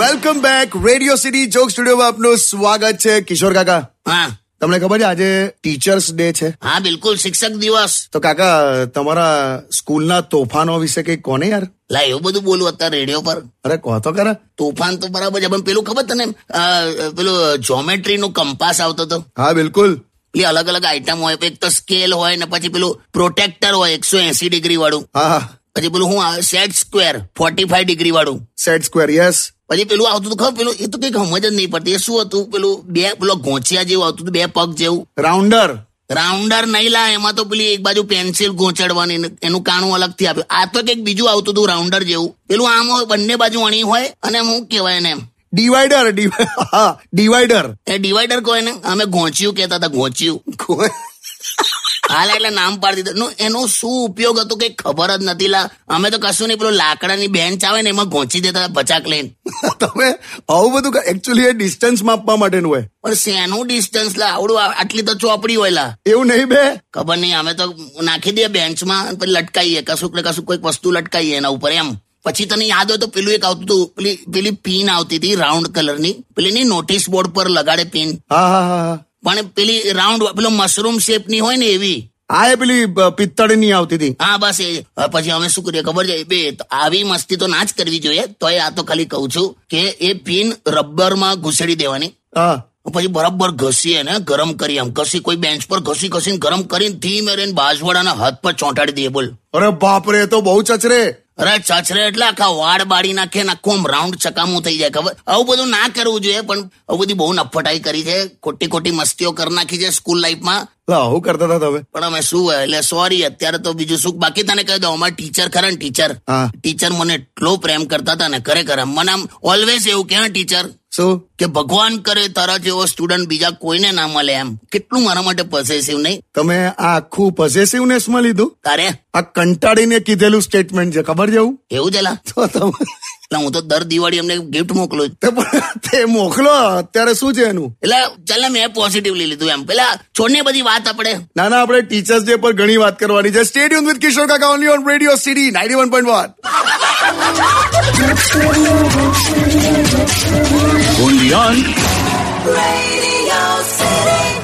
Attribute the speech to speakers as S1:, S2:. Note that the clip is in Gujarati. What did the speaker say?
S1: Welcome back radio city joke સ્ટુડિયોમાં આપનું સ્વાગત છે કિશોર કાકા
S2: હા
S1: તમને ખબર છે આજે ટીચર્સ ડે છે
S2: હા બિલકુલ શિક્ષક દિવસ
S1: તો કાકા તમારા સ્કૂલના તોફાનો વિશે કંઈક કોને યાર
S2: લા એવું બધું બોલું અત્યારે રેડિયો પર
S1: અરે કહો તો ખરા
S2: તોફાન તો બરાબર છે પણ પેલું ખબર તને અ, અ, પેલું જોમેટ્રી નું કંપાસ આવતો હતો
S1: હા બિલકુલ
S2: એ અલગ અલગ આઈટમ હોય એક તો સ્કેલ હોય ને પછી પેલું પ્રોટેક્ટર હોય એકસો એસી ડિગ્રી વાળું
S1: હા હા
S2: પછી પેલું હું set square forty five degree વાળું
S1: સેટ સ્ક્વેર યસ
S2: પછી પેલું આવતું હતું ખબર પેલું એ તો કઈક સમજ જ નહીં પડતી એ શું હતું પેલું બે પેલો ગોંચિયા જેવું આવતું હતું બે પગ જેવું
S1: રાઉન્ડર
S2: રાઉન્ડર નહીં લા એમાં તો પેલી એક બાજુ પેન્સિલ ગોંચડવાની ને એનું કાણું અલગથી આપ્યું આ તો કંઈક બીજું આવતું હતું રાઉન્ડર જેવું પેલું આમ હોય બંને બાજુ અણી હોય અને એમ હું કહેવાય એને એમ
S1: ડિવાઈડર હા ડિવાઈડર
S2: એ ડિવાઈડર કહો એને અમે ગોંચ્યું કહેતા હતા ગોંચ્યું હાલ એટલે નામ પાડી દીધું નું એનો શું ઉપયોગ હતો કઈ ખબર જ નથી લા અમે તો કશું નહીં પેલું લાકડાની બેન્ચ આવે ને એમાં ગોંચી દેતા હતા પચાક લઈને
S1: તમે આવું બધું એકચ્યુઅલી એ ડિસ્ટન્સ માપવા માટેનું હોય
S2: પણ શેનું ડિસ્ટન્સ લા આવડું આ- આટલી તો ચોપડી હોય લા
S1: એવું નહીં બે
S2: ખબર નહીં અમે તો નાખી દઈએ બેન્ચમાં અને પછી લટકાઈએ કશુંક ને કશુંક કોઈક વસ્તુ લટકાઈએ એના ઉપર એમ પછી તને યાદ હોય તો પેલું એક આવતું હતું પેલી પેલી પિન આવતી હતી રાઉન્ડ કલરની પેલીની નોટિસ બોર્ડ પર લગાડે પિન
S1: હા હા હા હા
S2: પણ પેલી રાઉન્ડ પેલો મશરૂમ શેપની હોય ને એવી
S1: આ એ પેલી અ, પિત્તળની આવતી હતી
S2: હા બસ એ હવે પછી અમે શું કરીએ ખબર છે બે તો આવી મસ્તી તો ના જ કરવી જોઈએ તો એ આ તો ખાલી કહું છું કે એ પિન રબરમાં ઘૂસેડી દેવાની
S1: હા
S2: પછી બરાબર ઘસીએ ને ગરમ કરીએ આમ ઘસી કોઈ બેન્ચ પર ઘસી ઘસીને ગરમ કરીને ધીમે રહીને બાજવાડાના હાથ પર ચોંટાડી દઈએ બોલ
S1: અરે બાપ રે એ તો બહુ ચચરે
S2: અરે ચછરે એટલે આખા વાળ બાળી નાખે ને આખું આમ રાઉન્ડ ચકામું થઈ જાય ખબર આવું બધું ના કરવું જોઈએ પણ આવું બધી બહુ નફટાઈ કરી છે ખોટી ખોટી મસ્તીઓ કરી નાખી છે સ્કૂલ લાઈફમાં
S1: લા આવું કરતા હતા તમે
S2: પણ અમે શું હોય એટલે સોરી અત્યારે તો બીજું શું બાકી તને કહી દઉં અમારા ટીચર ખરા ને ટીચર
S1: હા.
S2: ટીચર મને એટલો પ્રેમ કરતા હતા ને ખરેખર આમ મને આમ ઓલવેઝ એવું કે ટીચર
S1: શું
S2: કે ભગવાન કરે તારા જેવો સ્ટુડન્ટ બીજા કોઈને ના મળે એમ કેટલું મારા માટે પોઝેસિવ નહીં
S1: તમે આ આખું possessiveness માં લીધું
S2: તારે
S1: આ કંટાળીને કીધેલું સ્ટેટમેન્ટ છે ખબર છે એવું
S2: એવું છે લા?
S1: તો તમે
S2: એટલે હું તો દર દિવાળી એમને ગિફ્ટ મોકલું છું.
S1: તે પણ તે મોકલો અત્યારે શું છે એનું
S2: એટલે ચાલ ને મેં પોઝિટિવલી લીધું એમ પેલા છોડને બધી વાત આપણે
S1: ના ના આપણે ટીચર્સ ડે પર ઘણી વાત કરવાની છે સ્ટેડિયમ વિથ કિશોર કાકા only on radio city ninety one point one
S3: Radio City.